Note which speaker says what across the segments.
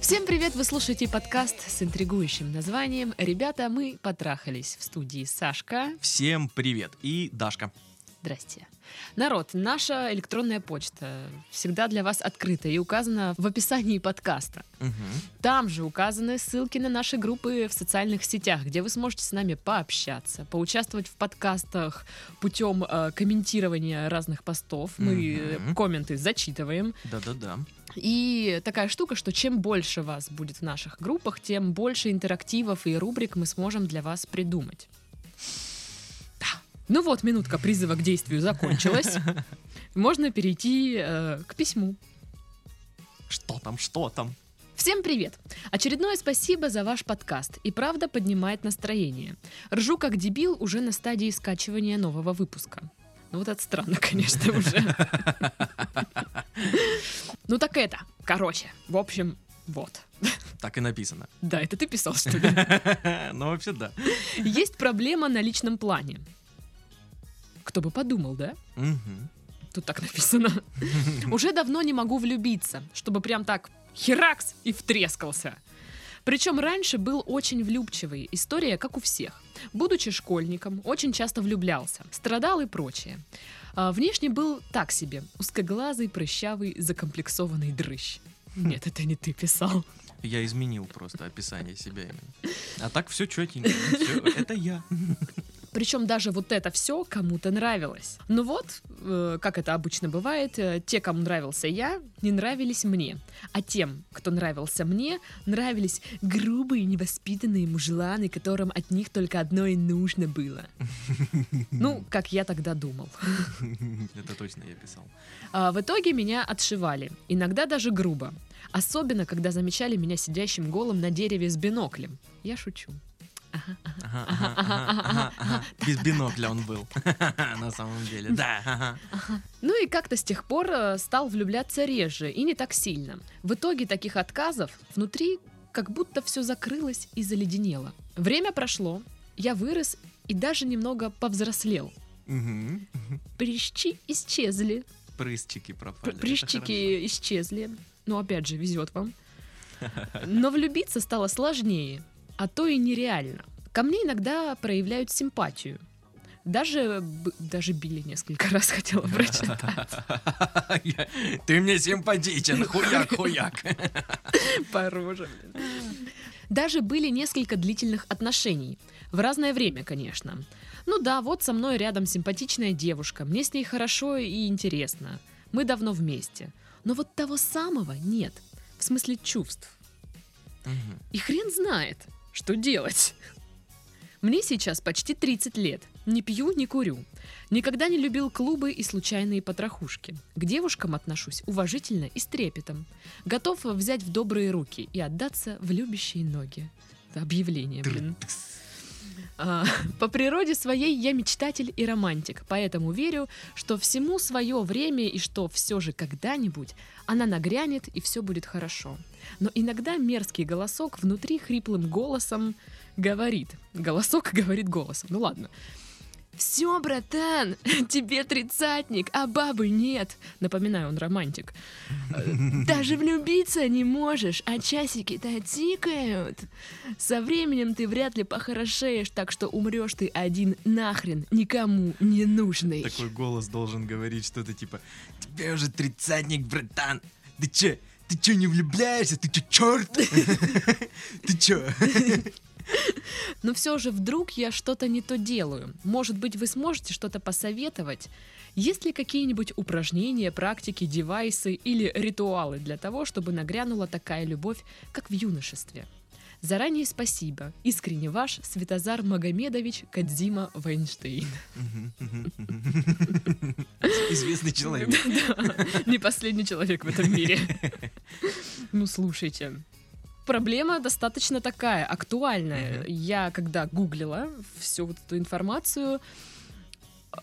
Speaker 1: Всем привет! Вы слушаете подкаст с интригующим названием «Ребята, мы потрахались» в студии Сашка.
Speaker 2: Всем привет! И Дашка.
Speaker 1: Здрасте. Народ, наша электронная почта всегда для вас открыта и указана в описании подкаста. Там же указаны ссылки на наши группы в социальных сетях, где вы сможете с нами пообщаться, поучаствовать в подкастах путем э, комментирования разных постов. Мы э,
Speaker 2: Мгм.
Speaker 1: комменты зачитываем.
Speaker 2: Да-да-да.
Speaker 1: И такая штука, что чем больше вас будет в наших группах, тем больше интерактивов и рубрик мы сможем для вас придумать. Да. Ну вот, минутка призыва к действию закончилась. Можно перейти э, к письму.
Speaker 2: Что там, что там?
Speaker 1: Всем привет! Очередное спасибо за ваш подкаст. И правда поднимает настроение. Ржу как дебил уже на стадии скачивания нового выпуска. Ну вот это странно, конечно, уже. Ну так это, короче, в общем, вот.
Speaker 2: Так и написано.
Speaker 1: Да, это ты писал, что ли?
Speaker 2: Ну, вообще, да.
Speaker 1: Есть проблема на личном плане. Кто бы подумал, да?
Speaker 2: Мгм.
Speaker 1: Тут так написано. Уже давно не могу влюбиться, чтобы прям так херакс и втрескался. Причем раньше был очень влюбчивый. История, как у всех. Будучи школьником, очень часто влюблялся, страдал и прочее. А, внешне был так себе. Узкоглазый, прыщавый, закомплексованный дрыщ. Нет, это не ты писал.
Speaker 2: Я изменил просто описание себя именно. А так все четенько. Всё, Это я.
Speaker 1: Причем даже вот это все кому-то нравилось. Ну вот, э, как это обычно бывает, э, те, кому нравился я, не нравились мне. А тем, кто нравился мне, нравились грубые, невоспитанные мужеланы, которым от них только одно и нужно было. Ну, как я тогда думал.
Speaker 2: Это точно я писал.
Speaker 1: А в итоге меня отшивали, иногда даже грубо. Особенно, когда замечали меня сидящим голым на дереве с биноклем. Я шучу. Ага, ага.
Speaker 2: Ага, ага, ага, ага, ага. Без бинокля он был. На самом деле, да. ага.
Speaker 1: Ну и как-то с тех пор э, стал влюбляться реже и не так сильно. В итоге таких отказов внутри как будто все закрылось и заледенело. Время прошло, я вырос и даже немного повзрослел.
Speaker 2: Мгм.
Speaker 1: Прыщи исчезли.
Speaker 2: Прыщики
Speaker 1: Пр-
Speaker 2: пропали. Это
Speaker 1: Прыщики исчезли. Ну, опять же, везет вам. Но влюбиться стало сложнее, а то и нереально. Ко мне иногда проявляют симпатию. Даже, б- даже били несколько раз, хотела прочитать.
Speaker 2: хорошо. Я- Ты мне симпатичен, хуяк, хуяк.
Speaker 1: Пороже, блин. Даже были несколько длительных отношений. В разное время, конечно. Ну да, вот со мной рядом симпатичная девушка. Мне с ней хорошо и интересно. Мы давно вместе. Но вот того самого нет. В смысле чувств.
Speaker 2: Мгм.
Speaker 1: И хрен знает, что делать. Мне сейчас почти 30 лет. Не пью, не курю. Никогда не любил клубы и случайные потрохушки. К девушкам отношусь уважительно и с трепетом. Готов взять в добрые руки и отдаться в любящие ноги. Это объявление, блин. А, По природе своей я мечтатель и романтик, поэтому верю, что всему свое время и что все же когда-нибудь она нагрянет и все будет хорошо. Но иногда мерзкий голосок внутри хриплым голосом говорит. Голосок говорит голосом. Ну ладно. Все, братан, тебе тридцатник, а бабы нет. Напоминаю, он романтик. Э, Даже влюбиться не можешь, а часики-то тикают. Со временем ты вряд ли похорошеешь, так что умрешь ты один нахрен, никому не нужный.
Speaker 2: Такой голос должен говорить что-то типа «Тебе уже тридцатник, братан! Ты чё, ты чё не влюбляешься? Ты чё, черт? Ты чё?»
Speaker 1: Но все же вдруг я что-то не то делаю. Может быть, вы сможете что-то посоветовать? Есть ли какие-нибудь упражнения, практики, девайсы или ритуалы для того, чтобы нагрянула такая любовь, как в юношестве? Заранее спасибо. Искренне ваш Светозар Магомедович Кадзима Вайнштейн.
Speaker 2: Мгм, мгм, мгм. Известный
Speaker 1: Да,
Speaker 2: человек.
Speaker 1: Не последний человек в этом мире. Ну, слушайте. Проблема достаточно такая, актуальная.
Speaker 2: Мгм.
Speaker 1: Я когда гуглила всю вот эту информацию, э,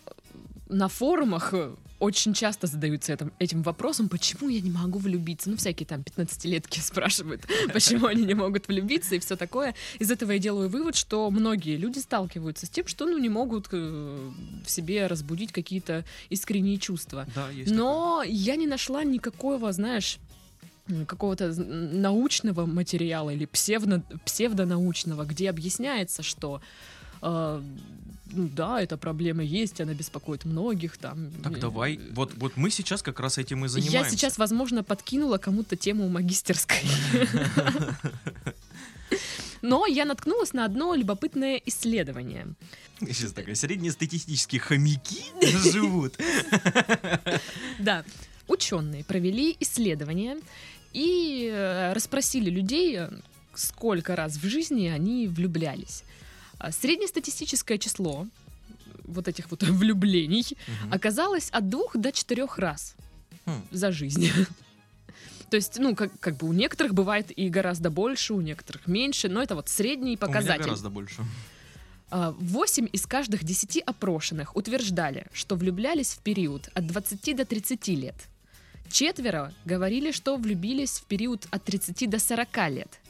Speaker 1: на форумах э, очень часто задаются этим, этим вопросом, почему я не могу влюбиться. Ну, всякие там 15-летки спрашивают, почему они не могут влюбиться и все такое. Из этого я делаю вывод, что многие люди сталкиваются с тем, что ну, не могут э, в себе разбудить какие-то искренние чувства.
Speaker 2: Да, есть
Speaker 1: Но я не нашла никакого, знаешь, м, какого-то з- м, научного материала или псевдо, псевдонаучного, где объясняется, что э, ну да, эта проблема есть, она беспокоит многих там.
Speaker 2: Так,
Speaker 1: э,
Speaker 2: давай. Вот, вот мы сейчас как раз этим и
Speaker 1: Я
Speaker 2: занимаемся.
Speaker 1: сейчас, возможно, подкинула кому-то тему магистерской. Но я наткнулась на одно любопытное исследование.
Speaker 2: Сейчас такая, среднестатистические хомяки живут.
Speaker 1: Да, ученые провели исследование и э, расспросили людей, э, сколько раз в жизни они влюблялись. А Среднестатистическое число вот этих вот влюблений
Speaker 2: Мгм.
Speaker 1: оказалось от двух до четырех раз
Speaker 2: Хм.
Speaker 1: за жизнь. То есть, ну, как, как бы у некоторых бывает и гораздо больше, у некоторых меньше, но это вот средний
Speaker 2: У меня
Speaker 1: показатель.
Speaker 2: гораздо больше.
Speaker 1: А, Восемь из каждых десяти опрошенных утверждали, что влюблялись в период от 20 до 30 лет. Четверо говорили, что влюбились в период от 30 до 40 лет.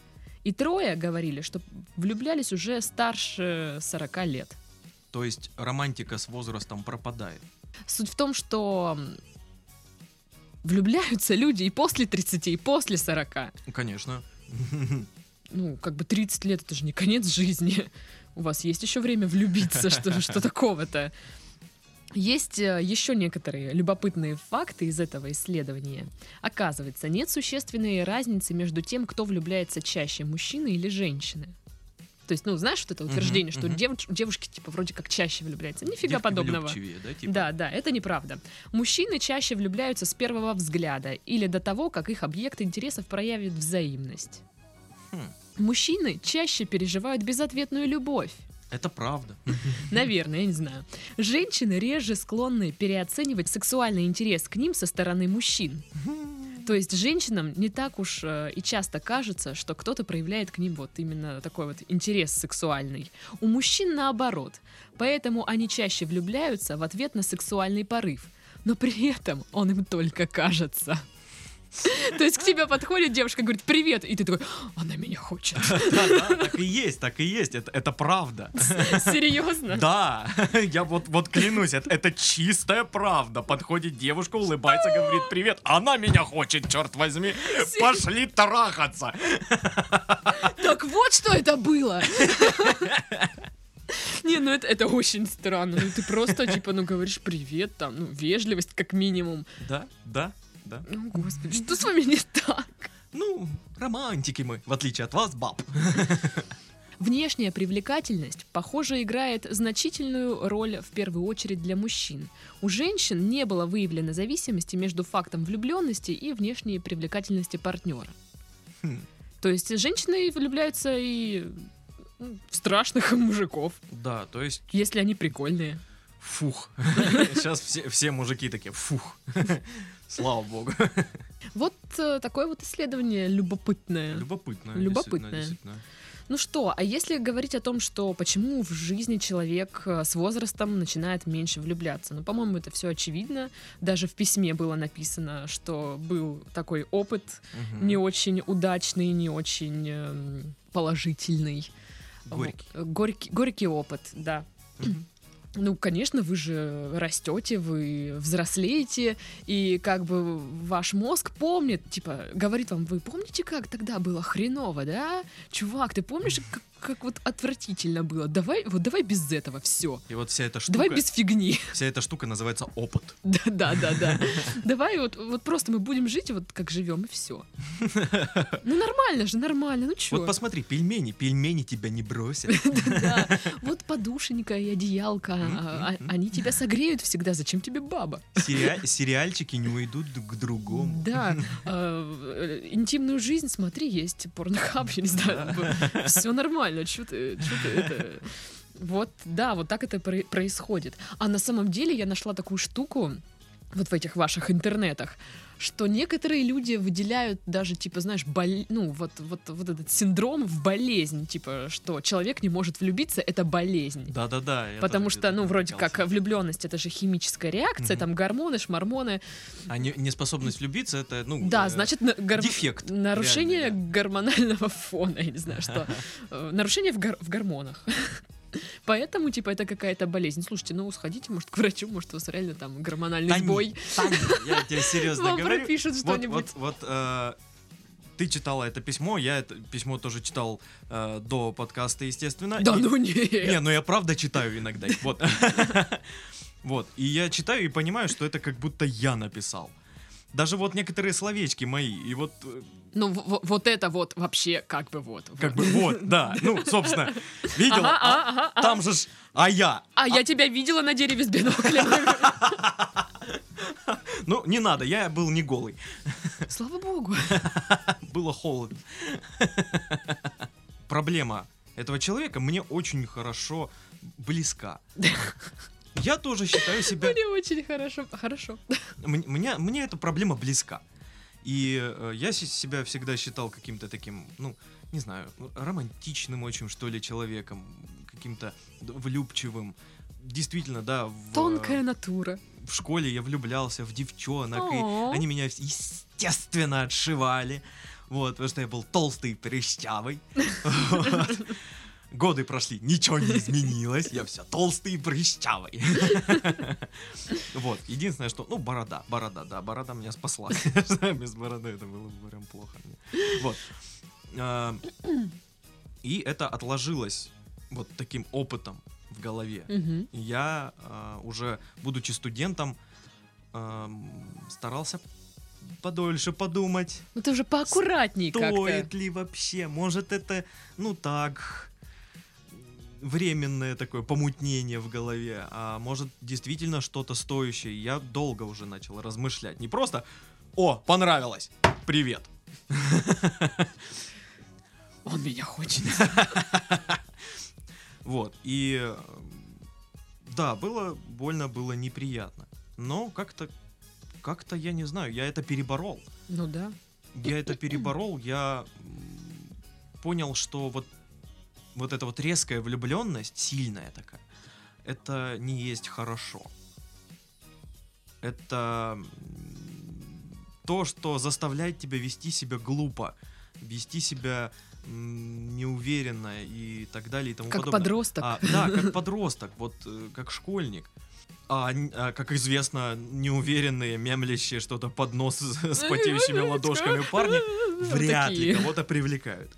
Speaker 1: И трое говорили, что влюблялись уже старше 40 лет.
Speaker 2: То есть романтика с возрастом пропадает.
Speaker 1: Суть в том, что м, влюбляются люди и после 30, и после 40.
Speaker 2: Ну, Конечно.
Speaker 1: Ну, как бы 30 лет это же не конец жизни. У вас есть еще время влюбиться, что, что такого-то. Есть э, еще некоторые любопытные факты из этого исследования. Оказывается, нет существенной разницы между тем, кто влюбляется чаще, мужчины или женщины. То есть, ну, знаешь, вот это
Speaker 2: Мгм,
Speaker 1: утверждение, что
Speaker 2: мгм.
Speaker 1: девуч- девушки, типа, вроде как чаще влюбляются. Нифига
Speaker 2: Девки
Speaker 1: подобного.
Speaker 2: влюбчивее, да, типа?
Speaker 1: Да, да, это неправда. Мужчины чаще влюбляются с первого взгляда или до того, как их объект интересов проявит взаимность.
Speaker 2: Хм,
Speaker 1: Мужчины чаще переживают безответную любовь.
Speaker 2: Это правда.
Speaker 1: Наверное, я не знаю. Женщины реже склонны переоценивать сексуальный интерес к ним со стороны мужчин. То есть женщинам не так уж э, и часто кажется, что кто-то проявляет к ним вот именно такой вот интерес сексуальный. У мужчин наоборот. Поэтому они чаще влюбляются в ответ на сексуальный порыв. Но при этом он им только кажется. То есть к тебе подходит девушка, говорит «Привет!» И ты такой «Она меня хочет!»
Speaker 2: Да-да, Так и есть, так и есть. Это это правда.
Speaker 1: Серьезно?
Speaker 2: Да, я вот, вот клянусь, это, это чистая правда. Подходит девушка, улыбается, говорит, привет, она меня хочет, черт возьми, пошли трахаться.
Speaker 1: Так вот что это было! Не, ну это, это очень странно. Ну ты просто, типа, ну говоришь привет, там, ну вежливость как минимум.
Speaker 2: Да, да, да.
Speaker 1: Ну, господи, что с вами не так?
Speaker 2: Ну, романтики мы, в отличие от вас, баб.
Speaker 1: Внешняя привлекательность, похоже, играет значительную роль в первую очередь для мужчин. У женщин не было выявлено зависимости между фактом влюбленности и внешней привлекательности партнера.
Speaker 2: Хм.
Speaker 1: То есть женщины влюбляются и ну, в страшных мужиков,
Speaker 2: Да, то есть,
Speaker 1: если они прикольные.
Speaker 2: фух. Сейчас все, все мужики такие, фух. Слава богу.
Speaker 1: Вот э, такое вот исследование любопытное.
Speaker 2: Любопытно.
Speaker 1: Любопытно.
Speaker 2: действительно, действительно.
Speaker 1: Ну что, а если говорить о том, что почему в жизни человек э, с возрастом начинает меньше влюбляться? Ну, по-моему, это все очевидно. Даже в письме было написано, что был такой опыт
Speaker 2: Мгм.
Speaker 1: не очень удачный, не очень эм, положительный.
Speaker 2: Горький.
Speaker 1: Э, Горький, горький опыт, да.
Speaker 2: Мгм.
Speaker 1: Ну, конечно, вы же растете, вы взрослеете, и как бы ваш мозг помнит, типа, говорит вам, вы помните, как тогда было хреново, да? Чувак, ты помнишь, как, как вот отвратительно было? Давай, вот давай без этого, все.
Speaker 2: И вот вся эта штука,
Speaker 1: Давай без фигни.
Speaker 2: вся эта штука называется опыт.
Speaker 1: Да, да, да, да. Давай вот, вот просто мы будем жить вот как живем, и все. Ну нормально же, нормально, ну чё.
Speaker 2: Вот посмотри, пельмени, пельмени тебя не бросят.
Speaker 1: Да, вот подушенька и одеялка,
Speaker 2: М,
Speaker 1: а-
Speaker 2: м, м.
Speaker 1: они тебя согреют всегда, зачем тебе баба?
Speaker 2: Сериа- сериальчики не уйдут к другому.
Speaker 1: Да, э, э, интимную жизнь, смотри, есть порнохаб, я не знаю, все нормально, что ты, чё ты это... Вот, да, вот так это про- происходит. А на самом деле я нашла такую штуку вот в этих ваших интернетах, что некоторые люди выделяют даже, типа, знаешь, бол- ну, вот, вот, вот этот синдром в болезнь, типа, что человек не может влюбиться, это болезнь.
Speaker 2: Да-да-да. я
Speaker 1: Потому
Speaker 2: тоже
Speaker 1: что,
Speaker 2: где-то
Speaker 1: ну, вроде
Speaker 2: натыкался.
Speaker 1: как влюбленность это же химическая реакция,
Speaker 2: Мгм.
Speaker 1: там гормоны, шмормоны,
Speaker 2: А не- неспособность влюбиться, это, ну...
Speaker 1: да,
Speaker 2: э,
Speaker 1: значит, на- гор-
Speaker 2: дефект,
Speaker 1: Нарушение
Speaker 2: реально,
Speaker 1: гормонального фона, я не знаю, что. Э, Нарушение в, гор- в гормонах. Поэтому, типа, это какая-то болезнь. Слушайте, ну, сходите, может, к врачу, может, у вас реально там гормональный
Speaker 2: Тань,
Speaker 1: сбой.
Speaker 2: Тань, я тебе серьезно
Speaker 1: Вам
Speaker 2: говорю.
Speaker 1: пропишут
Speaker 2: Вот,
Speaker 1: что-нибудь.
Speaker 2: вот, вот, э, ты читала это письмо, я это письмо тоже читал э, до подкаста, естественно.
Speaker 1: Да
Speaker 2: И-
Speaker 1: ну нет.
Speaker 2: Не, ну я правда читаю иногда. Вот. Вот. И я читаю и понимаю, что это как будто я написал. Даже вот некоторые словечки мои. И вот э,
Speaker 1: Ну в- в- вот это вот вообще как бы вот.
Speaker 2: как
Speaker 1: вот.
Speaker 2: бы вот, да. Ну, собственно, видела.
Speaker 1: Ага,
Speaker 2: А
Speaker 1: ага, ага.
Speaker 2: Там же ж, а я.
Speaker 1: А я тебя видела на дереве с бинокля.
Speaker 2: Ну, не надо, я был не голый.
Speaker 1: Слава богу.
Speaker 2: Было холодно. Проблема этого человека мне очень хорошо близка. Я тоже считаю себя...
Speaker 1: Мне очень хорошо. Хорошо.
Speaker 2: М- Мне, мне эта проблема близка. И э, я си- себя всегда считал каким-то таким, ну, не знаю, романтичным очень, что ли, человеком, каким-то д- влюбчивым. Действительно, да, в, э,
Speaker 1: Тонкая натура.
Speaker 2: в школе я влюблялся в девчонок,
Speaker 1: О.
Speaker 2: и они меня, естественно, отшивали. Вот, потому что я был толстый и прыщавый. Вот. Годы прошли, ничего не изменилось, я все толстый и прыщавый. Вот, единственное, что, ну, борода, борода, да, борода меня спасла. Без бороды это было бы прям плохо мне. Вот. А, И это отложилось вот таким опытом в голове.
Speaker 1: Мгм.
Speaker 2: Я а, уже, будучи студентом, ам, старался подольше подумать,
Speaker 1: Ну ты уже поаккуратней как-то.
Speaker 2: стоит ли вообще, может это, ну так, временное такое помутнение в голове, а может действительно что-то стоящее. Я долго уже начал размышлять, не просто, о, понравилось, привет.
Speaker 1: Он меня хочет.
Speaker 2: Вот, и э, да, было больно, было неприятно, но как-то, как-то я не знаю, я это переборол.
Speaker 1: Ну да.
Speaker 2: я это переборол, я м, понял, что вот, вот эта вот резкая влюбленность, сильная такая, это не есть хорошо. Это м, то, что заставляет тебя вести себя глупо, вести себя м, неуверенно и так далее и тому
Speaker 1: Как
Speaker 2: подобное.
Speaker 1: подросток.
Speaker 2: А, да, как подросток, вот э, как школьник. А, н- а, как известно, неуверенные, мемлящие что-то под нос с с потеющими ладошками парни
Speaker 1: Вот
Speaker 2: вряд ли
Speaker 1: Ну, такие.
Speaker 2: кого-то привлекают.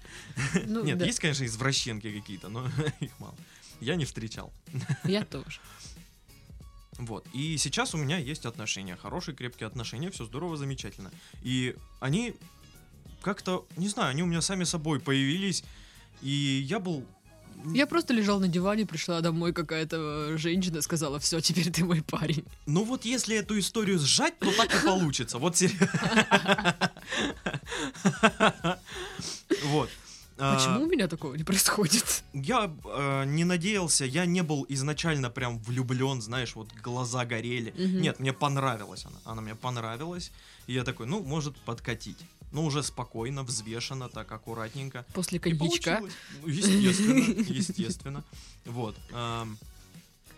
Speaker 1: Ну
Speaker 2: Нет,
Speaker 1: да,
Speaker 2: есть, конечно, извращенки какие-то, но их мало. Я не встречал.
Speaker 1: Я тоже.
Speaker 2: Вот. И сейчас у меня есть отношения. Хорошие, крепкие отношения, все здорово, замечательно. И они как-то, не знаю, они у меня сами собой появились. И я был...
Speaker 1: Я просто лежал на диване, пришла домой какая-то э, женщина, сказала, все, теперь ты мой парень.
Speaker 2: Ну вот если эту историю сжать, то так и получится. Вот серьезно. Вот. А,
Speaker 1: Почему у меня такого не происходит?
Speaker 2: Я э, не надеялся, я не был изначально прям влюблен, знаешь, вот глаза горели.
Speaker 1: Мгм.
Speaker 2: Нет, мне понравилась она. Она мне понравилась. И я такой, ну, может, подкатить. Ну, уже спокойно, взвешенно, так аккуратненько.
Speaker 1: После
Speaker 2: И
Speaker 1: коньячка.
Speaker 2: получилось. Ну, Естественно, естественно. Вот. эм,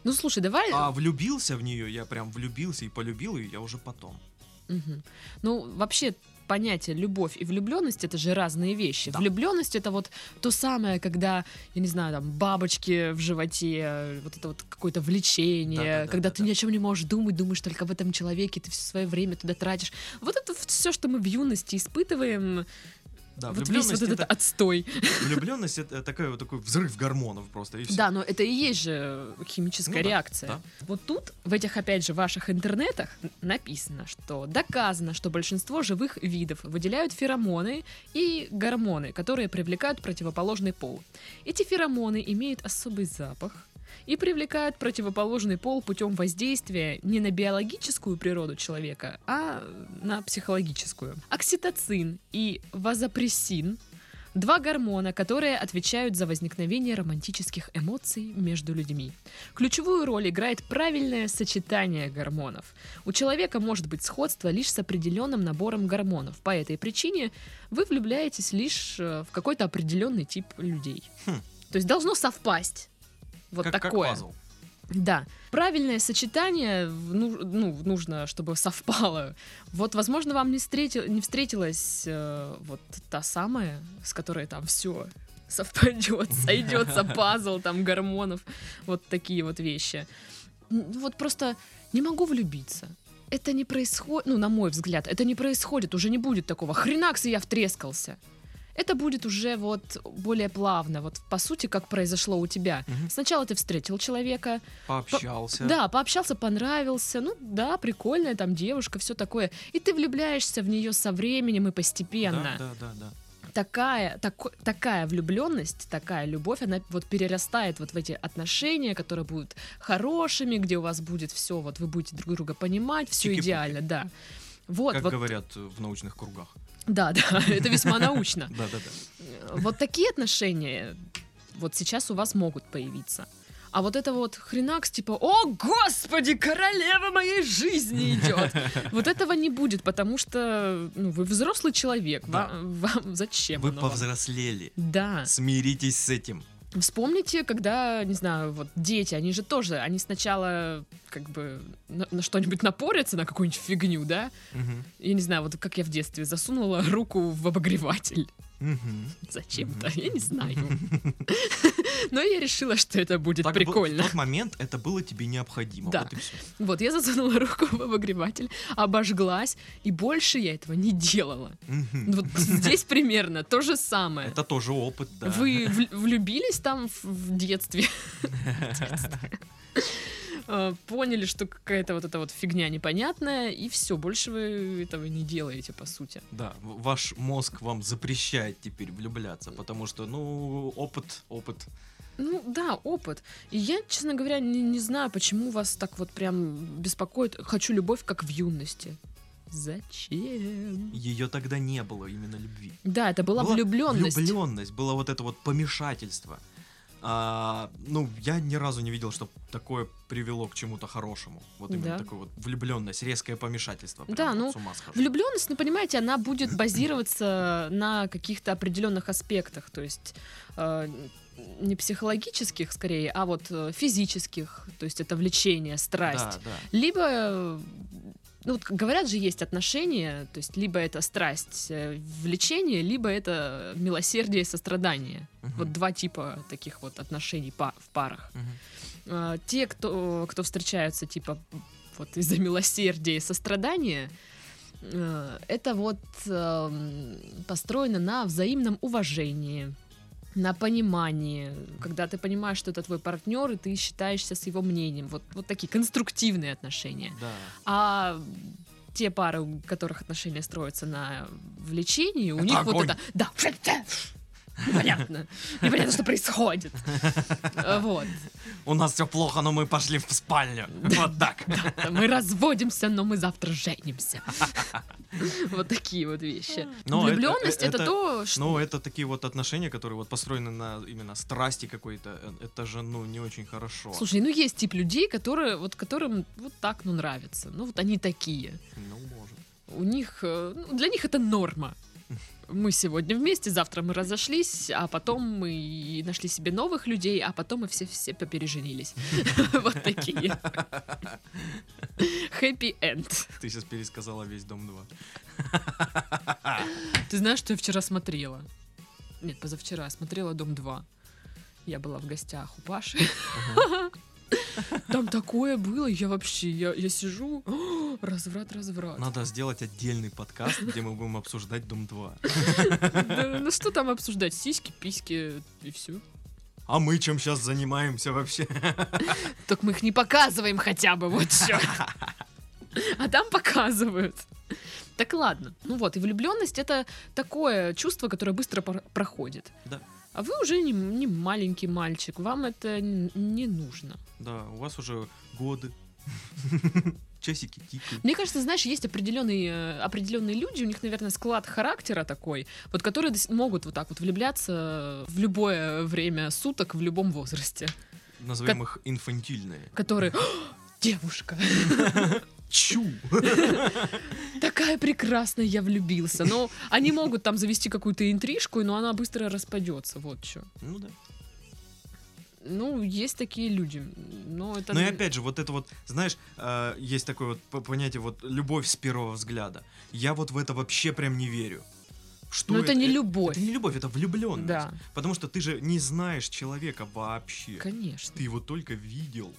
Speaker 1: Ну слушай, давай...
Speaker 2: А влюбился в нее, я прям влюбился и полюбил ее, я уже потом.
Speaker 1: Мгм. Ну, вообще, понятие любовь и влюбленность это же разные вещи.
Speaker 2: Да.
Speaker 1: Влюбленность это вот то самое, когда, я не знаю, там бабочки в животе, э, вот это вот какое-то влечение,
Speaker 2: Да-да-да-да-да.
Speaker 1: когда ты ни о чем не можешь думать, думаешь только об этом человеке, ты все свое время туда тратишь. Вот это все, что мы в юности испытываем,
Speaker 2: Да,
Speaker 1: вот весь вот
Speaker 2: влюбленность
Speaker 1: этот
Speaker 2: это,
Speaker 1: отстой.
Speaker 2: влюбленность это такой вот такой взрыв гормонов просто и все.
Speaker 1: Да, но это и есть же химическая
Speaker 2: Ну да,
Speaker 1: реакция.
Speaker 2: да.
Speaker 1: Вот тут, в этих, опять же, ваших интернетах н- написано, что доказано, что большинство живых видов выделяют феромоны и гормоны, которые привлекают противоположный пол. Эти феромоны имеют особый запах и привлекают противоположный пол путем воздействия не на биологическую природу человека, а на психологическую. Окситоцин и вазопрессин Два гормона, которые отвечают за возникновение романтических эмоций между людьми. Ключевую роль играет правильное сочетание гормонов. У человека может быть сходство лишь с определенным набором гормонов. По этой причине вы влюбляетесь лишь э, в какой-то определенный тип людей.
Speaker 2: Хм.
Speaker 1: То есть должно совпасть. Вот
Speaker 2: как, как
Speaker 1: такое.
Speaker 2: пазл.
Speaker 1: Да. Правильное сочетание в- ну, ну, нужно, чтобы совпало. Вот, возможно, вам не, встрети- не встретилась э, вот та самая, с которой там все совпадет, сойдется пазл там ну гормонов, вот такие вот вещи. М, Вот просто не могу влюбиться. это не происходит, ну, на мой взгляд, это не происходит, уже не будет такого. Хренакс, и я втрескался. Это будет уже вот более плавно, вот по сути, как произошло у тебя.
Speaker 2: Мгм.
Speaker 1: Сначала ты встретил человека,
Speaker 2: Пообщался.
Speaker 1: да, пообщался, понравился, ну да, прикольная там девушка, все такое. И ты влюбляешься в нее со временем и постепенно
Speaker 2: да, да, да, да.
Speaker 1: такая, тако- такая влюбленность, такая любовь, она вот перерастает вот в эти отношения, которые будут хорошими, где у вас будет все, вот вы будете друг друга понимать, все
Speaker 2: Тики-пуки.
Speaker 1: идеально, да. Вот,
Speaker 2: Как
Speaker 1: вот,
Speaker 2: говорят э, в научных кругах.
Speaker 1: да, да, это весьма научно.
Speaker 2: Да, да, да.
Speaker 1: Вот такие отношения вот сейчас у вас могут появиться. А вот это вот хренакс, типа, о, господи, королева моей жизни идет. Вот этого не будет, потому что ну, вы взрослый человек.
Speaker 2: Да.
Speaker 1: Вам, вам зачем?
Speaker 2: Вы
Speaker 1: оно вам?
Speaker 2: повзрослели.
Speaker 1: Да.
Speaker 2: Смиритесь с этим.
Speaker 1: Вспомните, когда, не знаю, вот дети, они же тоже, они сначала как бы на, на что-нибудь напорятся, на какую-нибудь фигню, да?
Speaker 2: Мгм.
Speaker 1: Я не знаю, вот как я в детстве засунула руку в обогреватель.
Speaker 2: Мгм.
Speaker 1: Зачем-то,
Speaker 2: Мгм.
Speaker 1: я не знаю. Но я решила, что это будет
Speaker 2: Так бы-
Speaker 1: прикольно.
Speaker 2: В тот момент это было тебе необходимо.
Speaker 1: Да.
Speaker 2: Вот и все.
Speaker 1: Вот, я засунула руку в обогреватель, обожглась, и больше я этого не делала. Вот здесь примерно то же самое.
Speaker 2: Это тоже опыт, да.
Speaker 1: Вы вл- влюбились там в, в детстве? В детстве. Э, Поняли, что какая-то вот эта вот фигня непонятная, и все, больше вы этого не делаете, по сути.
Speaker 2: Да, в- ваш мозг вам запрещает теперь влюбляться, потому что, ну, опыт, опыт.
Speaker 1: Ну да, опыт. И я, честно говоря, не, не знаю, почему вас так вот прям беспокоит. Хочу любовь, как в юности. Зачем?
Speaker 2: Ее тогда не было, именно любви.
Speaker 1: Да, это была, влюбленность.
Speaker 2: Влюбленность, было вот это вот помешательство. А, ну, я ни разу не видел, что такое привело к чему-то хорошему. Вот именно
Speaker 1: Да.
Speaker 2: такое вот влюбленность, резкое помешательство. Прям
Speaker 1: Да,
Speaker 2: вот
Speaker 1: ну,
Speaker 2: с ума схожу.
Speaker 1: Влюбленность, ну понимаете, она будет базироваться на каких-то определенных аспектах, то есть э, не психологических скорее, а вот э, физических, то есть это влечение, страсть.
Speaker 2: Да, да.
Speaker 1: Либо, э, ну вот говорят же, есть отношения, то есть либо это страсть, э, влечение, либо это милосердие и сострадание.
Speaker 2: Мгм.
Speaker 1: Вот два типа таких вот отношений па- в парах.
Speaker 2: Мгм.
Speaker 1: А, те, кто, кто встречаются, типа, вот из-за милосердия и сострадания, э, это вот эм, построено на взаимном уважении, на понимании, когда ты понимаешь, что это твой партнер, и ты считаешься с его мнением. Вот, вот такие конструктивные отношения.
Speaker 2: Да.
Speaker 1: А те пары, у которых отношения строятся на влечении, у
Speaker 2: Это
Speaker 1: них вот
Speaker 2: огонь.
Speaker 1: это... Да, непонятно. Непонятно, что происходит. Э, Вот.
Speaker 2: У нас все плохо, но мы пошли в спальню. Вот так.
Speaker 1: Мы разводимся, но мы завтра женимся. Вот такие вот вещи.
Speaker 2: Но это-
Speaker 1: Влюбленность
Speaker 2: э,
Speaker 1: это то, что...
Speaker 2: Ну, это такие вот отношения, которые вот построены на именно страсти какой-то. Э, Это же, ну, не очень хорошо.
Speaker 1: Слушай, ну есть тип людей, которые, вот которым вот так, ну, нравится. Ну, вот они такие.
Speaker 2: Ну, может.
Speaker 1: У них, э, ну, для них это норма. Мы сегодня вместе, завтра мы разошлись, а потом мы и нашли себе новых людей, а потом мы все-все попереженились. Вот такие. Happy end.
Speaker 2: Ты сейчас пересказала весь дом 2.
Speaker 1: Ты знаешь, что я вчера смотрела? Нет, позавчера смотрела «Дом 2». Я была в гостях у Паши. Там такое было, я вообще, я, я сижу, «О, разврат, разврат.
Speaker 2: Надо сделать отдельный подкаст, где мы будем обсуждать дом 2.
Speaker 1: Да, Ну что там обсуждать, сиськи, письки и все.
Speaker 2: А мы чем сейчас занимаемся вообще?
Speaker 1: Так мы их не показываем хотя бы, вот все. А там показывают. Так ладно. Ну вот, и влюбленность это такое чувство, которое быстро пор- проходит.
Speaker 2: Да.
Speaker 1: А вы уже не, не маленький мальчик, вам это н- не нужно.
Speaker 2: Да, у вас уже годы. Часики тикают.
Speaker 1: Мне кажется, знаешь, есть определенные, э, определенные люди, у них, наверное, склад характера такой, вот которые дос- могут вот так вот влюбляться в любое время суток, в любом возрасте.
Speaker 2: Назовем их инфантильные.
Speaker 1: Которые «О, девушка,
Speaker 2: Чу!
Speaker 1: такая прекрасная, я влюбился. Но они могут там завести какую-то интрижку, но она быстро распадется, вот что.
Speaker 2: Ну да.
Speaker 1: Ну, есть такие люди, но это...
Speaker 2: Ну и опять же, вот это вот, знаешь, э, есть такое вот п- понятие, вот любовь с первого взгляда. Я вот в это вообще прям не верю. Что
Speaker 1: Но это не любовь.
Speaker 2: Это не любовь, это влюбленность.
Speaker 1: Да,
Speaker 2: Потому что ты же не знаешь человека вообще.
Speaker 1: конечно.
Speaker 2: Ты его только видел.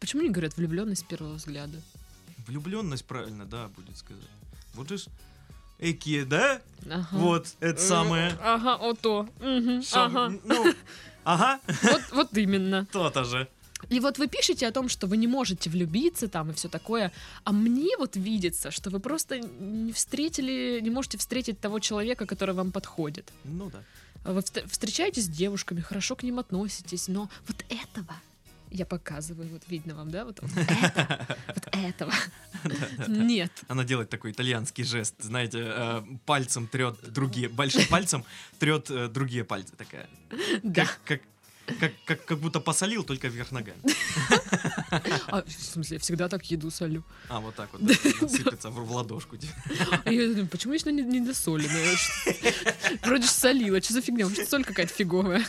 Speaker 1: Почему не говорят влюбленность с первого взгляда?
Speaker 2: Влюбленность, правильно, да, будет сказать. Вот же ж эки, да?
Speaker 1: Ага.
Speaker 2: Вот, это самое.
Speaker 1: Ага, ото. Мгм,
Speaker 2: Сам-
Speaker 1: Ага.
Speaker 2: Ну, ага,
Speaker 1: Вот, вот именно.
Speaker 2: то-то же.
Speaker 1: И вот вы пишете о том, что вы не можете влюбиться там и все такое, а мне вот видится, что вы просто не встретили, не можете встретить того человека, который вам подходит.
Speaker 2: Ну да.
Speaker 1: Э, Вы вст- встречаетесь с девушками, хорошо к ним относитесь, но вот этого я показываю, вот видно вам, да, вот, вот это, вот этого нет.
Speaker 2: Она делает такой итальянский жест, знаете, э, пальцем трет другие, большим пальцем трет э, другие пальцы, такая.
Speaker 1: Да.
Speaker 2: Как, как, как, как будто посолил, только вверх ногами.
Speaker 1: А, в смысле, я всегда так еду солю.
Speaker 2: А, вот так вот да, она сыпется в в ладошку. тебе.
Speaker 1: А я думаю, почему я сегодня не досоленная? Вроде ж солила, что за фигня? Может, соль какая-то фиговая.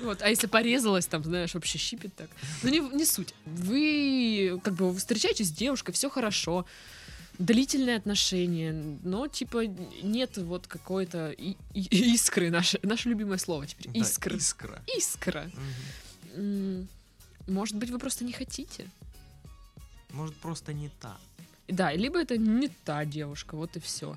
Speaker 1: Вот, а если порезалась, там, знаешь, вообще щипет так. Ну, не, не суть. Вы, как бы, вы встречаетесь с девушкой, все хорошо, длительные отношения, но, типа, нет вот какой-то и- и- искры, наше, наше любимое слово теперь,
Speaker 2: Да,
Speaker 1: искры.
Speaker 2: Искра.
Speaker 1: Искра.
Speaker 2: Мгм.
Speaker 1: М, Может быть, вы просто не хотите?
Speaker 2: Может, просто не та.
Speaker 1: Да, либо это не та девушка, вот и все.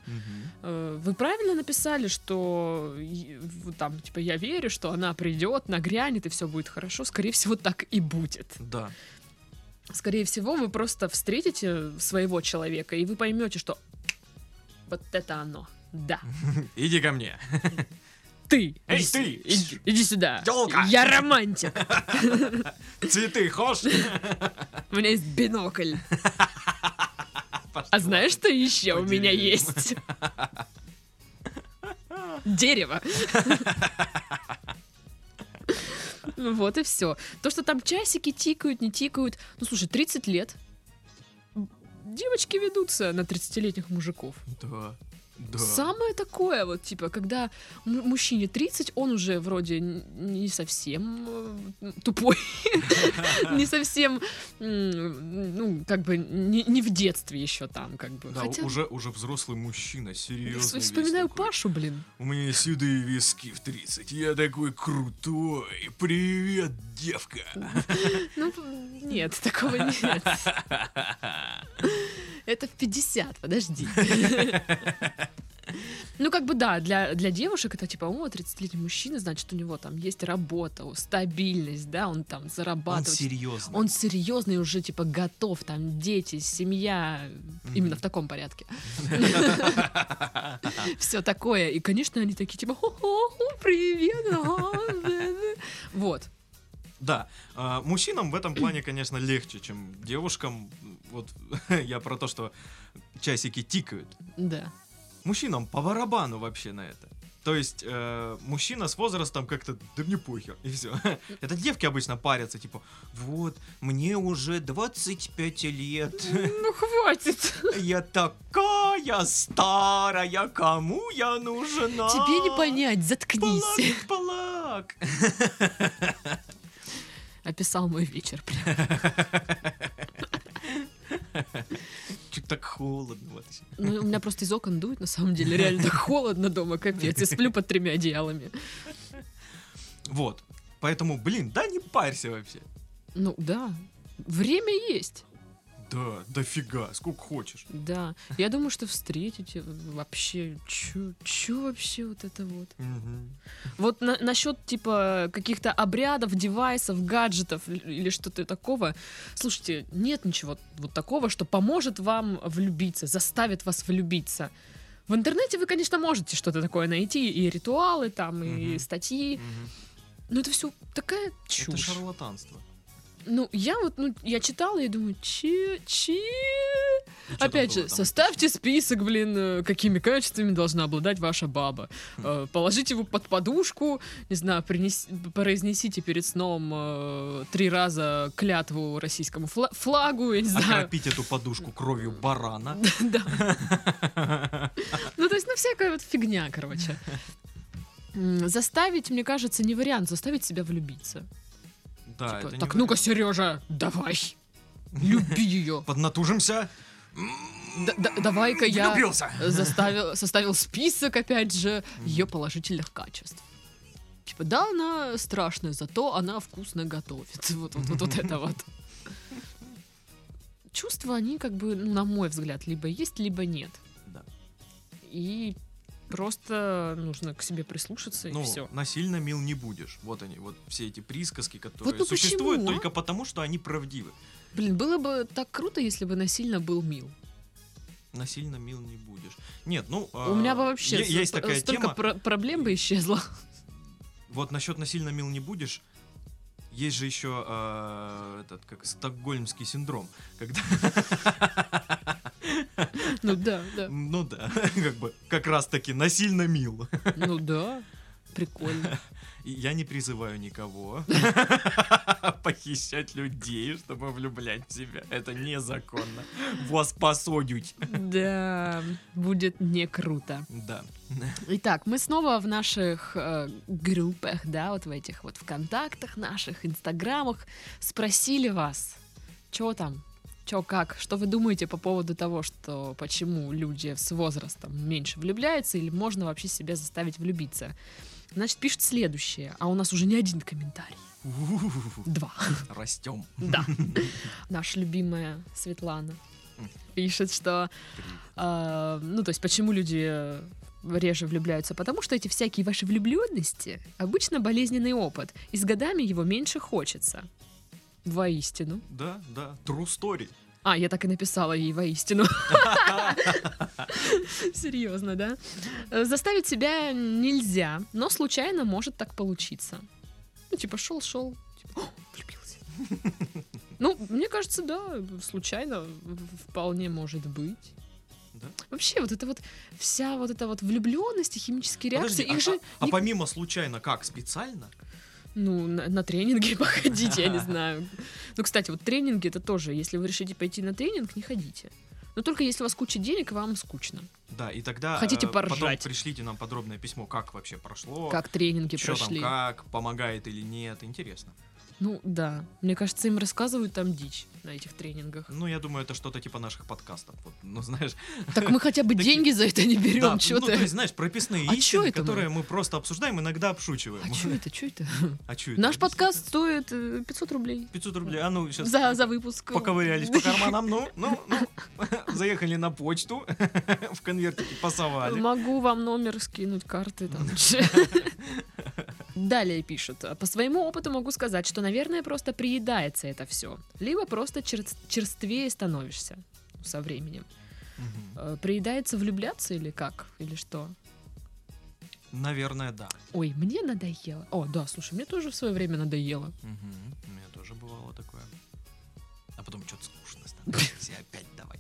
Speaker 1: Э, Вы правильно написали, что е- в- там, типа, я верю, что она придет, нагрянет, и все будет хорошо. Скорее всего, так и будет.
Speaker 2: Да.
Speaker 1: Скорее всего, вы просто встретите своего человека, и вы поймете, что вот это оно. Да.
Speaker 2: Иди ко мне.
Speaker 1: Ты!
Speaker 2: Эй,
Speaker 1: Иди с-
Speaker 2: ты!
Speaker 1: Иди, иди сюда!
Speaker 2: Тёлка!
Speaker 1: Я романтик!
Speaker 2: Цветы хошь?
Speaker 1: У меня есть бинокль.
Speaker 2: Пошла.
Speaker 1: А знаешь, что еще
Speaker 2: По
Speaker 1: у меня
Speaker 2: деревьям.
Speaker 1: есть? Дерево. Ну Вот и все. То, что там часики тикают, не тикают. Ну слушай, 30 лет. Девочки ведутся на 30-летних мужиков.
Speaker 2: Да. Да.
Speaker 1: Самое такое, вот, типа, когда м- мужчине 30, он уже вроде н- не совсем э, тупой, не совсем, м, ну, как бы, не не в детстве еще там, как бы.
Speaker 2: Да,
Speaker 1: Хотя,
Speaker 2: уже, уже взрослый мужчина, серьезно.
Speaker 1: я вспоминаю Пашу, блин.
Speaker 2: У меня седые виски в 30. Я такой крутой. Привет, девка.
Speaker 1: Ну, нет, такого нет. Это в 50, подожди. Ну, как бы да, для, для девушек это типа, о, 30-летний мужчина, значит, у него там есть работа, стабильность, да, он там зарабатывает.
Speaker 2: серьезно.
Speaker 1: Он серьезный уже, типа, готов, там, дети, семья, именно в таком порядке. Все такое. И, конечно, они такие, типа, «Хо-хо-хо, привет. а, да-да». Вот.
Speaker 2: Да, а, мужчинам в этом плане, конечно, легче, чем девушкам. Вот я про то, что часики тикают.
Speaker 1: Да.
Speaker 2: Мужчинам по барабану вообще на это. То есть э, мужчина с возрастом как-то, да мне похер, и все. Это девки обычно парятся, типа, вот, мне уже 25 лет,
Speaker 1: Ну, хватит.
Speaker 2: я такая старая, кому я нужна?
Speaker 1: Тебе не понять, заткнись.
Speaker 2: Палак, палак.
Speaker 1: Описал мой вечер прям.
Speaker 2: Чё так холодно. Вот. ещё.
Speaker 1: Ну, у меня просто из окон дует, на самом деле. Реально так холодно дома, капец. Я сплю под тремя одеялами.
Speaker 2: Вот. Поэтому, блин, да не парься вообще.
Speaker 1: Ну, да. Время есть.
Speaker 2: Да, дофига, сколько хочешь.
Speaker 1: Да. Я думаю, что встретите вообще. Чё, чё вообще вот это вот?
Speaker 2: Мгм.
Speaker 1: Вот на- насчет типа каких-то обрядов, девайсов, гаджетов л- или что-то такого. Слушайте, нет ничего вот такого, что поможет вам влюбиться, заставит вас влюбиться. В интернете вы, конечно, можете что-то такое найти, и ритуалы там, и
Speaker 2: Мгм.
Speaker 1: статьи.
Speaker 2: Мгм.
Speaker 1: Но это все такая чушь.
Speaker 2: Это шарлатанство.
Speaker 1: Ну, я вот, ну, я читала и думаю, че, че.
Speaker 2: И чё там
Speaker 1: Опять же,
Speaker 2: было там?
Speaker 1: составьте список, блин, э, какими качествами должна обладать ваша баба.
Speaker 2: Хм.
Speaker 1: Э, Положите его под подушку, не знаю, принес- произнесите перед сном э, три раза клятву российскому фла- флагу,
Speaker 2: А
Speaker 1: я не знаю.
Speaker 2: Окропить эту подушку кровью барана.
Speaker 1: Да. Ну, то есть, ну, всякая вот фигня, короче. М, Заставить, мне кажется, не вариант, заставить себя влюбиться.
Speaker 2: Да,
Speaker 1: Типа,
Speaker 2: А, это не
Speaker 1: так, ну-ка,
Speaker 2: вариант.
Speaker 1: Сережа, давай, люби ее.
Speaker 2: Поднатужимся.
Speaker 1: Да- да- давай-ка я- Э,
Speaker 2: Влюбился.
Speaker 1: заставил, составил список, опять же, ее положительных качеств. Типа, да, она страшная, зато она вкусно готовит. Вот, вот, вот, вот это вот. чувства, они как бы, ну, на мой взгляд, либо есть, либо нет.
Speaker 2: Да.
Speaker 1: И просто нужно к себе прислушаться, и
Speaker 2: Ну,
Speaker 1: все.
Speaker 2: насильно мил не будешь. Вот они, вот все эти присказки, которые
Speaker 1: ну почему,
Speaker 2: существуют
Speaker 1: а?
Speaker 2: только потому, что они правдивы.
Speaker 1: Блин, было бы так круто, если бы насильно был мил.
Speaker 2: Насильно мил не будешь. Нет, ну...
Speaker 1: У
Speaker 2: а,
Speaker 1: меня бы вообще
Speaker 2: е-
Speaker 1: с-
Speaker 2: Есть такая
Speaker 1: столько
Speaker 2: тема.
Speaker 1: про- проблем бы исчезло.
Speaker 2: Вот насчет насильно мил не будешь. Есть же еще а, этот как стокгольмский синдром, когда,
Speaker 1: Ну да, да.
Speaker 2: ну да, как бы как раз таки насильно мил.
Speaker 1: Ну да. Прикольно.
Speaker 2: И я не призываю никого похищать людей, чтобы влюблять в себя. Это незаконно. Вас посадят.
Speaker 1: Да, будет не круто.
Speaker 2: Да.
Speaker 1: Итак, мы снова в наших э, группах, да, вот в этих вот ВКонтактах наших, Инстаграмах спросили вас, что там, что как, что вы думаете по поводу того, что почему люди с возрастом меньше влюбляются или можно вообще себя заставить влюбиться. Значит, пишут следующее, а у нас уже не один комментарий, два.
Speaker 2: Растем.
Speaker 1: Да. Наша любимая Светлана
Speaker 2: Мгм.
Speaker 1: пишет, что... э, ну, то есть, почему люди реже влюбляются? Потому что эти всякие ваши влюбленности обычно болезненный опыт, и с годами его меньше хочется. Воистину.
Speaker 2: Да, да. True story.
Speaker 1: А, я так и написала ей воистину. Серьезно, да? Э, Заставить себя нельзя, но случайно может так получиться. Ну, типа, шел-шел, типа, «О, влюбился. Ну, мне кажется, да, случайно в- вполне может быть.
Speaker 2: Да?
Speaker 1: Вообще, вот это вот вся вот эта вот влюбленность и химические реакции,
Speaker 2: Подожди, а-
Speaker 1: их же,
Speaker 2: а, а
Speaker 1: не-
Speaker 2: помимо случайно как? Специально?
Speaker 1: ну, на, на тренинги походить, я не знаю. Ну, кстати, вот тренинги это тоже, если вы решите пойти на тренинг, не ходите. Но только если у вас куча денег, и вам скучно.
Speaker 2: Да, и тогда
Speaker 1: Хотите
Speaker 2: э, потом
Speaker 1: поржать?
Speaker 2: пришлите нам подробное письмо, как вообще прошло,
Speaker 1: Как тренинги
Speaker 2: чё
Speaker 1: прошли.
Speaker 2: там как, помогает или нет, интересно.
Speaker 1: Ну да, мне кажется, им рассказывают там дичь на этих тренингах.
Speaker 2: Ну, я думаю, это что-то типа наших подкастов. Вот, ну, знаешь,
Speaker 1: Так мы хотя бы
Speaker 2: Такие-
Speaker 1: деньги за это не берем,
Speaker 2: да,
Speaker 1: чё
Speaker 2: ну,
Speaker 1: ты?
Speaker 2: то есть, знаешь, прописные
Speaker 1: А чё
Speaker 2: истины,
Speaker 1: это мы?
Speaker 2: которые мы просто обсуждаем, иногда обшучиваем.
Speaker 1: А чё это, чё это?
Speaker 2: А чё это?
Speaker 1: Наш подкаст стоит э, 500 рублей
Speaker 2: 500 рублей, а ну, сейчас
Speaker 1: за, за выпуск.
Speaker 2: поковырялись по карманам, ну, ну, ну, заехали на почту, в конвертике посовали.
Speaker 1: Могу вам номер скинуть, карты там. Далее пишут. По своему опыту могу сказать, что, наверное, просто приедается это все. Либо просто черс- черствее становишься со временем.
Speaker 2: Мгм.
Speaker 1: Э, Приедается влюбляться или как? Или что?
Speaker 2: Наверное, да.
Speaker 1: Ой, мне надоело. О, да, слушай, мне тоже в свое время надоело.
Speaker 2: Мгм. У меня тоже бывало такое. А потом что-то скучно становится, и опять давай.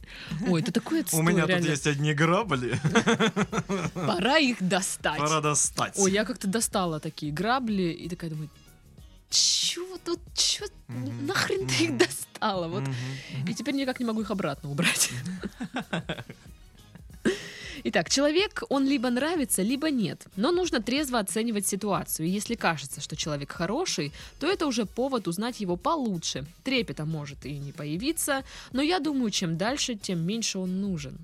Speaker 1: Ой, это такое отстой,
Speaker 2: У меня тут
Speaker 1: реально.
Speaker 2: есть одни грабли,
Speaker 1: Пора их достать.
Speaker 2: пора достать.
Speaker 1: Ой, я как-то достала такие грабли и такая думаю, чего тут, чё,
Speaker 2: Мгм.
Speaker 1: нахрен ты их
Speaker 2: Мгм.
Speaker 1: достала? Вот.
Speaker 2: Мгм.
Speaker 1: И теперь никак не могу их обратно убрать. Итак, человек, он либо нравится, либо нет. Но нужно трезво оценивать ситуацию. И если кажется, что человек хороший, то это уже повод узнать его получше. Трепета может и не появиться, но я думаю, чем дальше, тем меньше он нужен.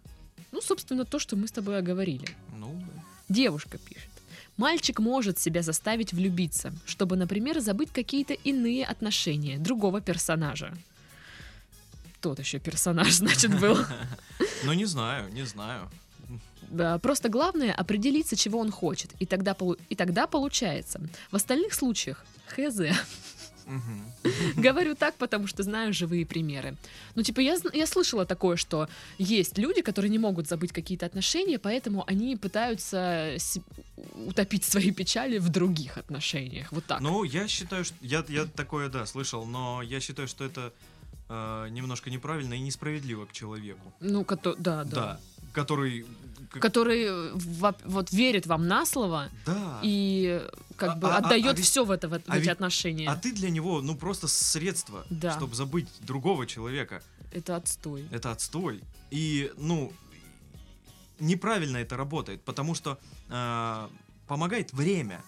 Speaker 1: Ну, собственно, то, что мы с тобой оговорили.
Speaker 2: Ну, да.
Speaker 1: Девушка пишет. Мальчик может себя заставить влюбиться, чтобы, например, забыть какие-то иные отношения другого персонажа. Тот еще персонаж, значит, был.
Speaker 2: ну не знаю, не знаю.
Speaker 1: Да, Просто главное определиться, чего он хочет, и тогда, полу- и тогда получается. В остальных случаях хз.
Speaker 2: Мгм.
Speaker 1: Говорю так, потому что знаю живые примеры. Ну, типа, я, зн- я слышала такое, что есть люди, которые не могут забыть какие-то отношения, поэтому они пытаются с- утопить свои печали в других отношениях. Вот так.
Speaker 2: Ну, я считаю, что... Я, я такое, да, слышал, но я считаю, что это э, немножко неправильно и несправедливо к человеку.
Speaker 1: Ну, кото- да, да.
Speaker 2: Да. Который... как-
Speaker 1: Который э, во- вот верит вам на слово
Speaker 2: Да.
Speaker 1: и э, как
Speaker 2: А-
Speaker 1: бы
Speaker 2: а- а-
Speaker 1: отдает
Speaker 2: а ведь-
Speaker 1: все в, это, в, эт- в
Speaker 2: а
Speaker 1: эти
Speaker 2: ведь-
Speaker 1: отношения.
Speaker 2: А ты для него, ну, просто средство,
Speaker 1: Да.
Speaker 2: чтобы забыть другого человека.
Speaker 1: Это отстой.
Speaker 2: Это отстой. И, ну, неправильно это работает, потому что э, помогает время,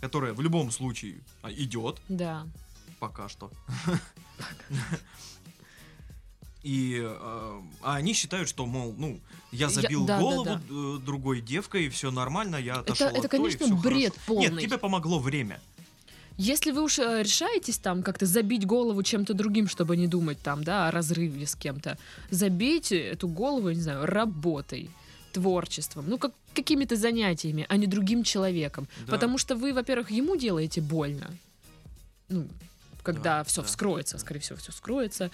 Speaker 2: которое в любом случае а, идет
Speaker 1: Да.
Speaker 2: пока что. И э, а они считают, что, мол, ну, я
Speaker 1: Я-
Speaker 2: забил
Speaker 1: да, да,
Speaker 2: голову
Speaker 1: да.
Speaker 2: э, другой девкой, и все нормально, я
Speaker 1: Это,
Speaker 2: отошел
Speaker 1: это,
Speaker 2: от той, и
Speaker 1: конечно,
Speaker 2: всё
Speaker 1: бред
Speaker 2: хорошо.
Speaker 1: полный.
Speaker 2: Нет, тебе помогло время.
Speaker 1: Если вы уж э, решаетесь там как-то забить голову чем-то другим, чтобы не думать там, да, о разрыве с кем-то, забейте эту голову, я не знаю, работой, творчеством, ну, как, какими-то занятиями, а не другим человеком.
Speaker 2: Да.
Speaker 1: Потому что вы, во-первых, ему делаете больно, ну, когда
Speaker 2: Да,
Speaker 1: все
Speaker 2: да,
Speaker 1: вскроется,
Speaker 2: да.
Speaker 1: скорее всего, все вскроется.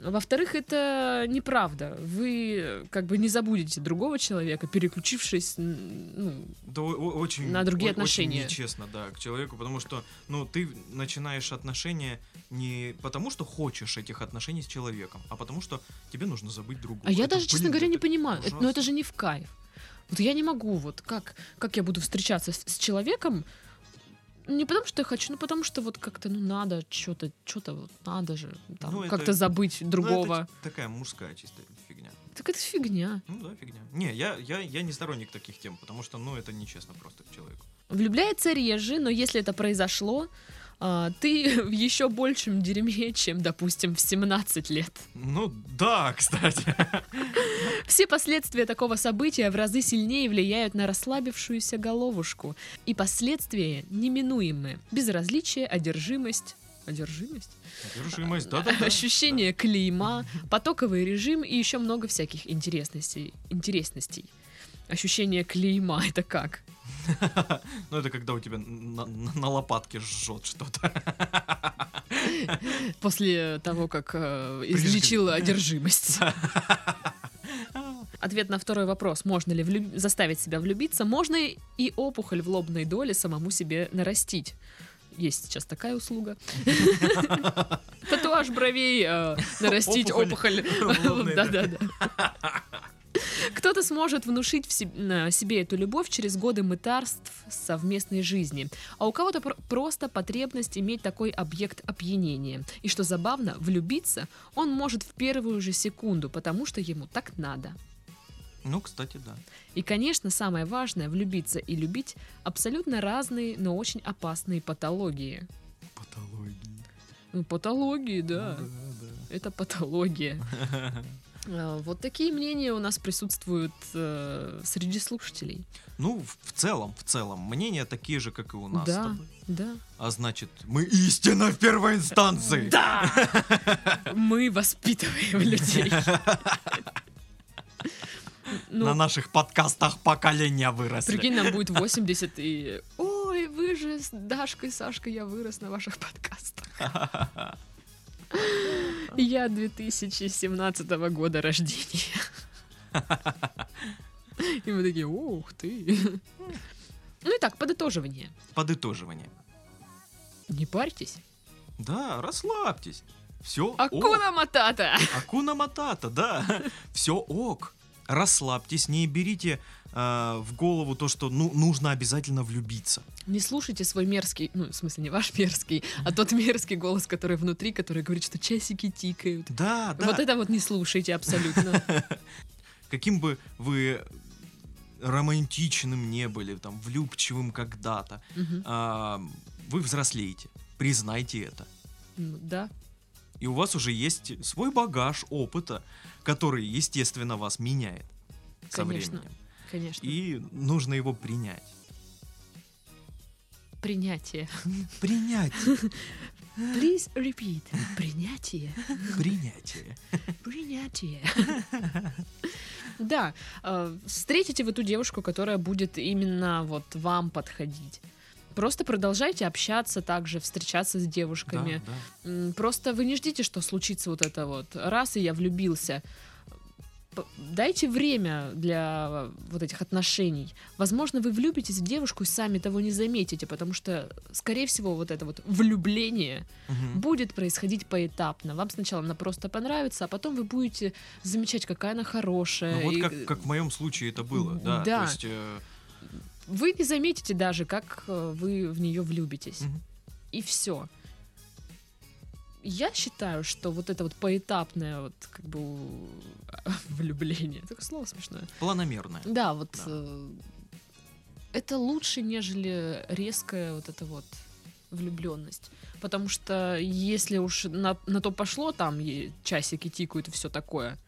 Speaker 1: Во-вторых, это неправда. Вы э, как бы не забудете другого человека, переключившись, н- ну,
Speaker 2: Да, о- о- очень,
Speaker 1: На другие
Speaker 2: о-
Speaker 1: отношения.
Speaker 2: Очень нечестно, да, к человеку, потому что, ну, ты начинаешь отношения не потому, что хочешь этих отношений с человеком, а потому что тебе нужно забыть другого.
Speaker 1: А я
Speaker 2: Это,
Speaker 1: даже, честно
Speaker 2: блин,
Speaker 1: говоря, не
Speaker 2: это
Speaker 1: понимаю. Это- но
Speaker 2: ужасно.
Speaker 1: это же не в кайф. Вот я не могу, вот как, как я буду встречаться с, с человеком, не потому что я хочу, но потому что вот как-то, ну, надо что-то, что-то вот надо же, там,
Speaker 2: Ну, это-
Speaker 1: как-то забыть
Speaker 2: Ну, это
Speaker 1: другого.
Speaker 2: т- такая мужская чистая фигня.
Speaker 1: Так это фигня.
Speaker 2: Ну да, фигня. Не, я, я, я не сторонник таких тем, потому что, ну, это нечестно просто к человеку.
Speaker 1: Влюбляется реже, но если это произошло, а, ты в еще большем дерьме, чем, допустим, в 17 лет.
Speaker 2: Ну да, кстати.
Speaker 1: Все последствия такого события в разы сильнее влияют на расслабившуюся головушку. И последствия неминуемы. Безразличие, одержимость. Одержимость?
Speaker 2: Одержимость, да-да-да.
Speaker 1: Ощущение клейма, потоковый режим и еще много всяких интересностей. интересностей. Ощущение клейма это как?
Speaker 2: Ну, это когда у тебя на, на- на лопатке жжет что-то.
Speaker 1: После того, как э,
Speaker 2: Прижги.
Speaker 1: излечила одержимость. Ответ на второй вопрос, можно ли влюб- заставить себя влюбиться, можно и опухоль в лобной доле самому себе нарастить. Есть сейчас такая услуга. Татуаж бровей, э, нарастить опухоль.
Speaker 2: Опухоль в лобной
Speaker 1: Да-да-да. Кто-то сможет внушить в себ- на себе эту любовь через годы мытарств совместной жизни, а у кого-то пр- просто потребность иметь такой объект опьянения. И что забавно, влюбиться он может в первую же секунду, потому что ему так надо.
Speaker 2: Ну, кстати, да.
Speaker 1: И, конечно, самое важное — влюбиться и любить абсолютно разные, но очень опасные патологии.
Speaker 2: Патологии.
Speaker 1: Ну, патологии, да.
Speaker 2: Ну Да-да.
Speaker 1: Это патология. Э, Вот такие мнения у нас присутствуют э, среди слушателей.
Speaker 2: Ну, в в целом, в целом, мнения такие же, как и у нас с
Speaker 1: Да.
Speaker 2: тобой.
Speaker 1: Да.
Speaker 2: А значит, мы истина в первой инстанции.
Speaker 1: Да! Мы воспитываем людей.
Speaker 2: На
Speaker 1: Ну,
Speaker 2: наших подкастах поколения выросли.
Speaker 1: прикинь, нам будет 80 и... Ой, вы же с Дашкой, Сашкой, я вырос на ваших подкастах. Я 2017 года рождения. И мы такие, ух ты. Ну и так, подытоживание.
Speaker 2: Подытоживание.
Speaker 1: Не парьтесь. А
Speaker 2: Да, расслабьтесь. Все
Speaker 1: Акуна Матата!
Speaker 2: Акуна Матата, да. Все ок. Расслабьтесь, не берите э, в голову то, что ну, нужно обязательно влюбиться.
Speaker 1: Не слушайте свой мерзкий, ну, в смысле, не ваш мерзкий, а тот мерзкий голос, который внутри, который говорит, что часики тикают.
Speaker 2: Да, да.
Speaker 1: Вот это вот не слушайте абсолютно.
Speaker 2: Каким бы вы романтичным не были, там, влюбчивым когда-то,
Speaker 1: Мгм.
Speaker 2: а, вы взрослеете, признайте это.
Speaker 1: Ну, Да.
Speaker 2: И у вас уже есть свой багаж опыта, который, естественно, вас меняет со
Speaker 1: Конечно.
Speaker 2: временем.
Speaker 1: Конечно.
Speaker 2: И нужно его принять.
Speaker 1: Принятие.
Speaker 2: Принять.
Speaker 1: Please repeat. Принятие.
Speaker 2: Принятие.
Speaker 1: Принятие. Да. э, Встретите вы ту девушку, которая будет именно вот вам подходить. Просто продолжайте общаться также, встречаться с
Speaker 2: Да,
Speaker 1: девушками.
Speaker 2: да.
Speaker 1: М, Просто вы не ждите, что случится вот это вот. Раз, и я влюбился. П- Дайте время для вот этих отношений. Возможно, вы влюбитесь в девушку и сами того не заметите, потому что, скорее всего, вот это вот влюбление
Speaker 2: Мгм.
Speaker 1: будет происходить поэтапно. Вам сначала она просто понравится, а потом вы будете замечать, какая она хорошая.
Speaker 2: Ну, вот
Speaker 1: и,
Speaker 2: как, как в моем случае это было, да.
Speaker 1: Да.
Speaker 2: То есть, э,
Speaker 1: Вы не заметите даже, как э, вы в нее влюбитесь.
Speaker 2: Мгм.
Speaker 1: И все. Я считаю, что вот это вот поэтапное вот как бы у- влюбление, такое слово смешное.
Speaker 2: планомерное.
Speaker 1: Да, вот
Speaker 2: Да.
Speaker 1: э, это лучше, нежели резкая вот эта вот влюбленность. Потому что если уж на, на то пошло, там е- часики тикают и все такое,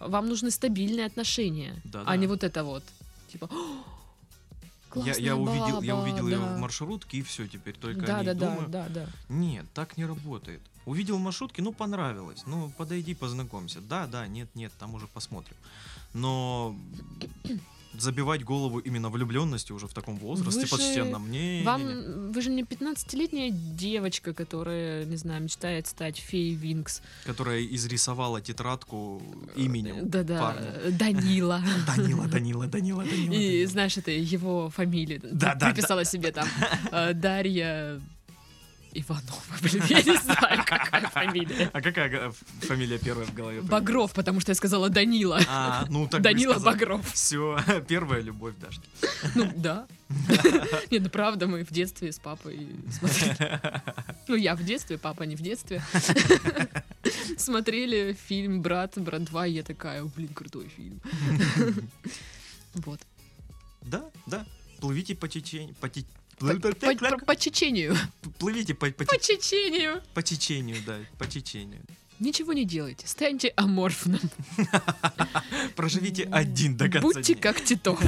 Speaker 1: вам нужны стабильные отношения,
Speaker 2: Да-да.
Speaker 1: а не вот это вот. Типа, «О,
Speaker 2: Я,
Speaker 1: классная
Speaker 2: я увидел, я
Speaker 1: баба,
Speaker 2: увидел ее
Speaker 1: да.
Speaker 2: в маршрутке и все теперь только о
Speaker 1: Да,
Speaker 2: ней
Speaker 1: да, да,
Speaker 2: думаю.
Speaker 1: да, да.
Speaker 2: Нет, так не работает. Увидел в маршрутке, ну понравилось, ну подойди познакомься. Да, да, нет, нет, там уже посмотрим. Но забивать голову именно влюбленности уже в таком возрасте
Speaker 1: Вы же-
Speaker 2: почтенном мне.
Speaker 1: Вам, вы же не 15-летняя девочка, которая, не знаю, мечтает стать феей Винкс.
Speaker 2: которая изрисовала тетрадку именем
Speaker 1: Да-да,
Speaker 2: парня.
Speaker 1: Данила.
Speaker 2: Данила, Данила, Данила, Данила.
Speaker 1: И
Speaker 2: Данила.
Speaker 1: знаешь, это его фамилия.
Speaker 2: Да, да,
Speaker 1: Приписала себе там э, Дарья Иванова. Блин, я не знаю, какая фамилия.
Speaker 2: А какая га- фамилия первая в голове?
Speaker 1: Багров, потому что я сказала Данила.
Speaker 2: А, ну так
Speaker 1: Данила Багров.
Speaker 2: Все, первая любовь Дашки.
Speaker 1: Ну, да. Нет, ну правда, мы в детстве с папой смотрели. Ну, я в детстве, папа не в детстве. Смотрели фильм «Брат», «Брат 2», и я такая, «О, блин, крутой фильм. Вот.
Speaker 2: Да, да. Плывите по течению. По те-
Speaker 1: По- По по Чечению.
Speaker 2: Плывите по, по те-
Speaker 1: По Чечению.
Speaker 2: по течению, да, по течению.
Speaker 1: Ничего не делайте, станьте аморфным.
Speaker 2: Проживите один до конца
Speaker 1: Будьте
Speaker 2: дня.
Speaker 1: как Титов.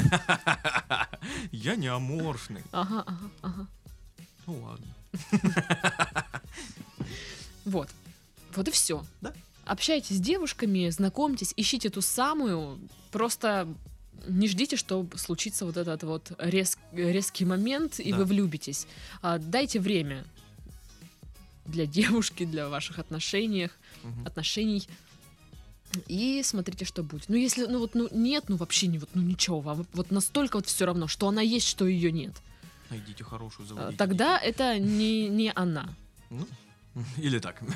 Speaker 2: Я не аморфный.
Speaker 1: Ага, ага, ага.
Speaker 2: Ну ладно.
Speaker 1: Вот. Вот и все.
Speaker 2: Да.
Speaker 1: Общайтесь с девушками, знакомьтесь, ищите ту самую. Просто не ждите, что случится вот этот вот рез- резкий момент, и
Speaker 2: Да.
Speaker 1: вы влюбитесь. А, дайте время для девушки, для ваших отношениях,
Speaker 2: Мгм.
Speaker 1: А отношений. И смотрите, что будет. Ну, если, ну вот, ну нет, ну вообще не вот, ну ничего, вам вот настолько вот все равно, что она есть, что ее нет.
Speaker 2: Найдите хорошую
Speaker 1: А,
Speaker 2: заводите.
Speaker 1: Тогда это не, не она.
Speaker 2: Ну, Или так.
Speaker 1: Ну,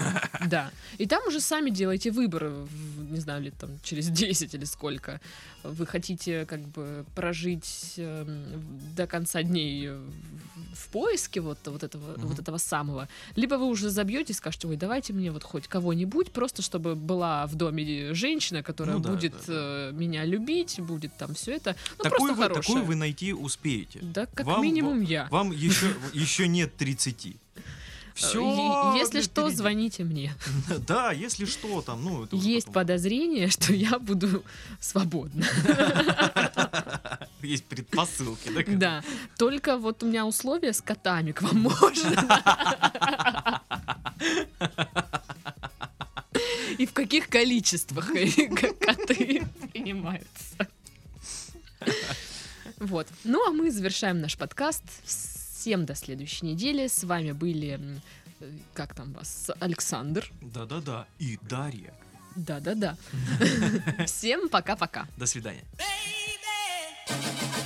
Speaker 1: Да. И там уже сами делаете выбор, в- не знаю, лет там через 10 или сколько. Вы хотите как бы прожить эм, до конца дней э, в- в поиске вот, вот, этого,
Speaker 2: Мгм.
Speaker 1: вот этого самого. Либо вы уже забьете и скажете, ой, давайте мне вот хоть кого-нибудь, просто чтобы была в доме женщина, которая
Speaker 2: Ну да,
Speaker 1: будет
Speaker 2: да, да.
Speaker 1: э, меня любить, будет там все это. Ну,
Speaker 2: такую,
Speaker 1: просто
Speaker 2: вы,
Speaker 1: хорошая.
Speaker 2: такую вы найти успеете.
Speaker 1: Да, как
Speaker 2: Вам-
Speaker 1: минимум я.
Speaker 2: Вам еще, еще нет 30. Все.
Speaker 1: Э, е- Если что, звоните мне.
Speaker 2: Да, если что, там, ну, это уже
Speaker 1: Есть
Speaker 2: потом.
Speaker 1: подозрение, что я буду свободна.
Speaker 2: Есть предпосылки, да? как-
Speaker 1: Да. Только вот у меня условия с котами к вам можно. И в каких количествах к- коты принимаются. Вот. Ну а мы завершаем наш подкаст. Всем до следующей недели. С вами были м, э, как там вас? Александр.
Speaker 2: Да-да-да. И Дарья.
Speaker 1: Да-да-да. Всем пока-пока.
Speaker 2: До свидания.
Speaker 3: Baby,